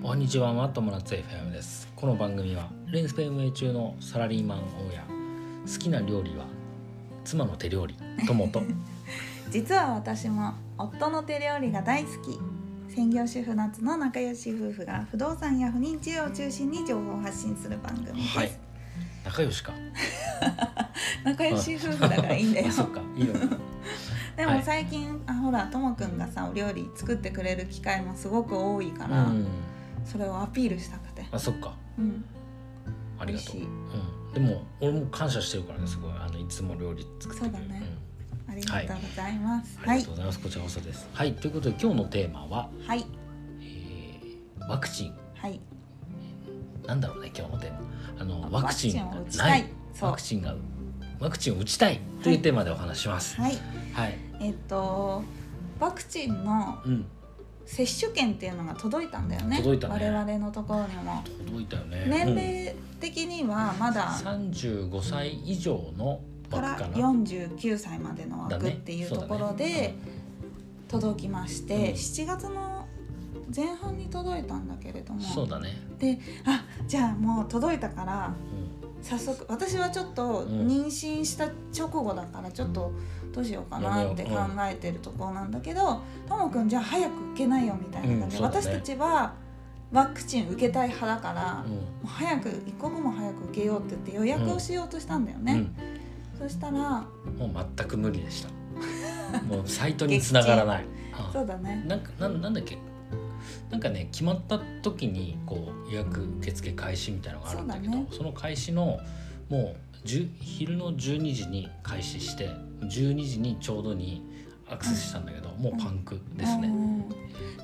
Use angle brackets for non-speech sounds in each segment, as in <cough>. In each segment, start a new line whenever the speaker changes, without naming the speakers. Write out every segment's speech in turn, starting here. おはにちはマットもなつ FM ですこの番組はレンスペ運営中のサラリーマン親好きな料理は妻の手料理
<laughs>
友と
実は私も夫の手料理が大好き専業主婦夏の仲良し夫婦が不動産や不妊治療を中心に情報を発信する番組です、
はい仲良しか
仲良し夫婦だからいいんだよ
<laughs> あそっかいいよ
で
は
も
い
最近、あほらともくんがさお料理作ってくれる機会もすごく多いから、
うん
それをアピールしたくて、
あそっか
うん、
ありがとう
美味しい
うんでも俺も感謝してるからねすごいあのいつも料理作ってく
そ
れ
う
る
だね
うん
ありがとうございます
あ
は
り
い
がとうございますこちらこそですはいということで今日のテーマは、
はい
えー、ワクチン
はい
なんだろうね今日のテーマあのワクチン
ワ
が
を打ちた
ないい
そう
ワクチンがワクチンを打ちたいというテーマでお話しします。
はい
はい、
えっとワクチンの
うん、
接種券っていうのが届いたんだよね
届いたね
我々のところにも
届いたよね。
年齢的にはまだ
三十五歳以上の
か
枠
ら
かな。
49歳までの
だ
枠っ
ね
ていう
そ
と
だね
ころで届きまして、
うん
7月の前半に届いたんだけれど
うん
も
そうだね。
であじゃあもう届いたから
うん
早速私はちょっと
ん
妊娠した直後だからちょっとどうしようかなって考えてるところなんだけどともくんじゃあ早く受けないよみたいな感じで、
うんそうだ
私
ね
たちはワクチン受けたい派だから、
う
も
ん
う早く一刻も早く受けようって言って予約をしようとしたんだよね。そしたら
うん、もう全く無理
<laughs>
でした。もうサイトに繋がらない。
そうだね
うんなんかなんなんだっけ。なんかね決まった時にこう予約受付開始みたいなのがあるんだけど
そ
そ
うんだ
の開始のもう10昼の12時に開始して12時にちょうどにアクセスしたんだけど、もうパンクです
う
ね。
ん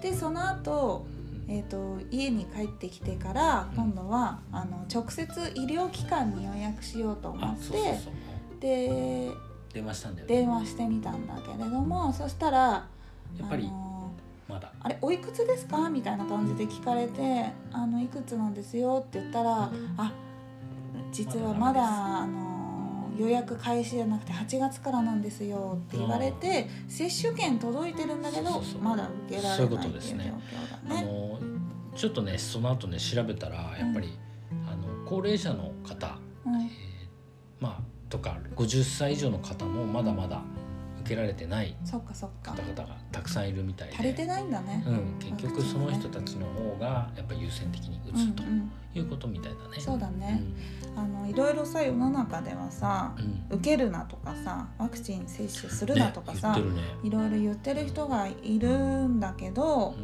でその後、えー、と家に帰ってきてから
うん
今度は、あの直接医療機関に予約しようと思
あ
っ
そうそう
て
そう
で
電話したんだよね
電話してみたんだけれどもそしたら「
やっぱり
あの
まだ
あれおいくつですか?」みたいな感じで聞かれて「あのいくつなんですよ」って言ったら「あ実はまだあの予約開始じゃなくて8月からなんですよ」って言われて接種券届いてるんだけど
そうそうそう
まだ受けられないっていう状
そういうことです
況
ね
だ
あ
ね。
のちょっとねその後ね調べたらやっぱり、あの高齢者の方、
うん
えーまあとか50歳以上の方もまだまだ受けられてない
そっかそっか
方々がたくさんいるみたいで
足りてないんだね
う。ん、結局その人たちの方がやっぱり優先的に打
うんう
つと
ん、
いうことみたいだね。
そうだね、あのいろいろさ世の中ではさ
うんうん
受けるなとかさワクチン接種するな
ね
とか
言っ
さ、
てるね。
いろいろ言ってる人がいるんだけ
う
ど、
ん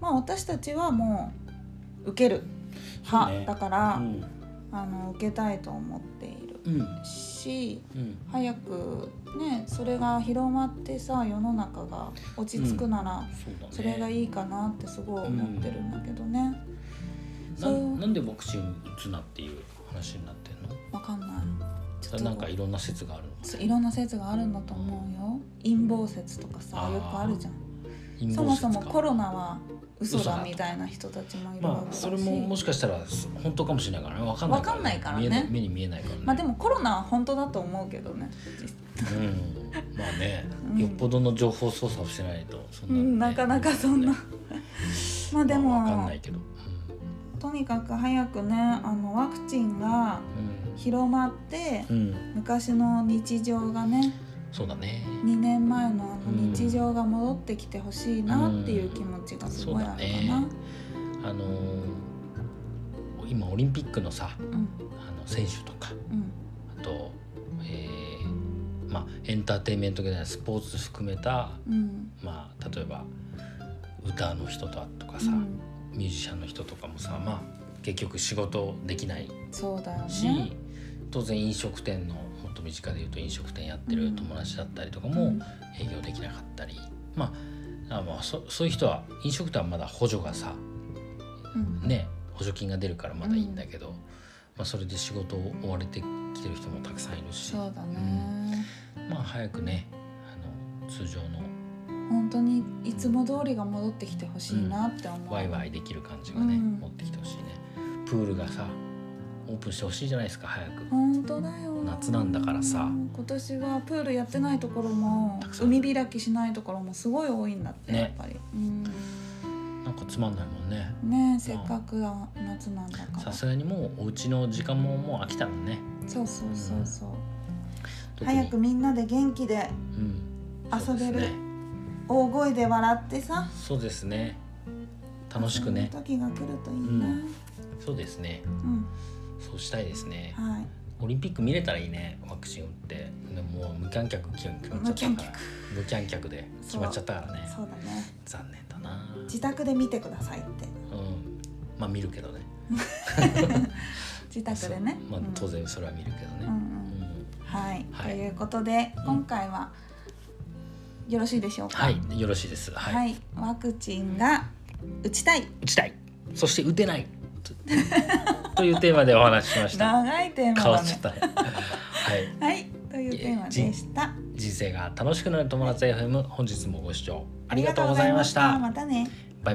まあ私たちはもう受ける派、
そうね
だから、
うん
あの受けたいと思っている
うん
し
うん
早くねそれが広まってさ世の中が落ち着くなら、
そうだね。
それが
い。
いいかなってすごい思ってるんだけどね、
な
そうん
なんでワクチン打つなっていう話になってるの？
わかんないち
それなんかいろんな説があるの。
そういろんな説があるんだと思うよ陰謀説とかさ
あー
よくあるじゃん
陰
そ
謀
も
説
そ
か
もコロナは嘘
嘘だ
だ
と
みたいな人たちもいるわ
ま
け
あ
だし、
それももしかしたら本当かもしれないからね。わかんないから
わかんないからね
見えない目に見えないからね。
まあでもコロナは本当だと思うけどね実
うん。まあね
う、ん
よっぽどの情報操作をしてないとそんなのね、
うんなかなかそんな
ね
まあでも、
まあわかんないけど。
とにかく早くねあのワクチンが広まって
うん。うん。
昔の日常がね
そうだね。
2年前のあの
うん
日常が戻ってきてほしいなっていう気持ちがすごいあるかな。
あのー今オリンピックのさ、
うんうん
あの選手とか、
うん
あと、えーまあエンターテインメント系なスポーツ含めた、
うん
まあ例えば歌の人だとかさ、ミュージシャンの人とかもさ、まあ結局仕事できない
そうだよ
し、
ね。
当然飲食店のもっと身近で言うと飲食店やって
う
る
ん
友達だったりとかも営業できなかったり、まああまあそそういう人は飲食店はまだ補助がさ
うん
ね補助金が出るからまだいいんだけど、まあ、それで仕事を追われてきてる人もたくさんいるし、
そうだね。
まあ早くねあの通常の
本当にいつも通りが戻ってきてほしいなって思う。
ワイワイできる感じがね、
うん
持ってきてほしいねプールがさオープンしてほしいじゃないですか早く。
本当だよ。
夏なんだからさ
今年はプールやってないところも
たくさん
海開きしないところもすごい多いんだって、
ね
やっぱり。うん
なんかかつまんないもんね
ねえせっかくは夏なんだから
さすがにもうお家の時間ももう飽きたもんね
そうそうそうそう
特に
早くみんなで元気で
うん
遊べる、
そうですね
大声で笑ってさ
そうですね楽しくね
その時が来るといいな
う
うん
ん、そうですねそうしたいですね
はい
オリンピック見れたらいいねワクチン打ってでももう無観客決まっちゃった
無
から
観客
無観客で決まっちゃったからね
そうだね
残念だな
自宅で見てくださいって
うんまあ見るけどね
自宅でね
そうまあ当然それは見るけど
うん、うん
ね、
うん
うん
はい、
は
と
い
いうことで
ん
今回は、よろしいでしょうか
はいよろしいですはい、
はいワクチンが打ちたい
打ちたいそして打てないとというテーマでお話ししま
<laughs>
した
長いテーマ
変わ
だ
っちゃっ
ね
たねはい
はいというテーマでした
人生が楽しくなる友達 FM 本日もご視聴ありがとうございまし
ありがとうござい
た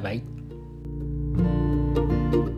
ましたまたね
バイバイ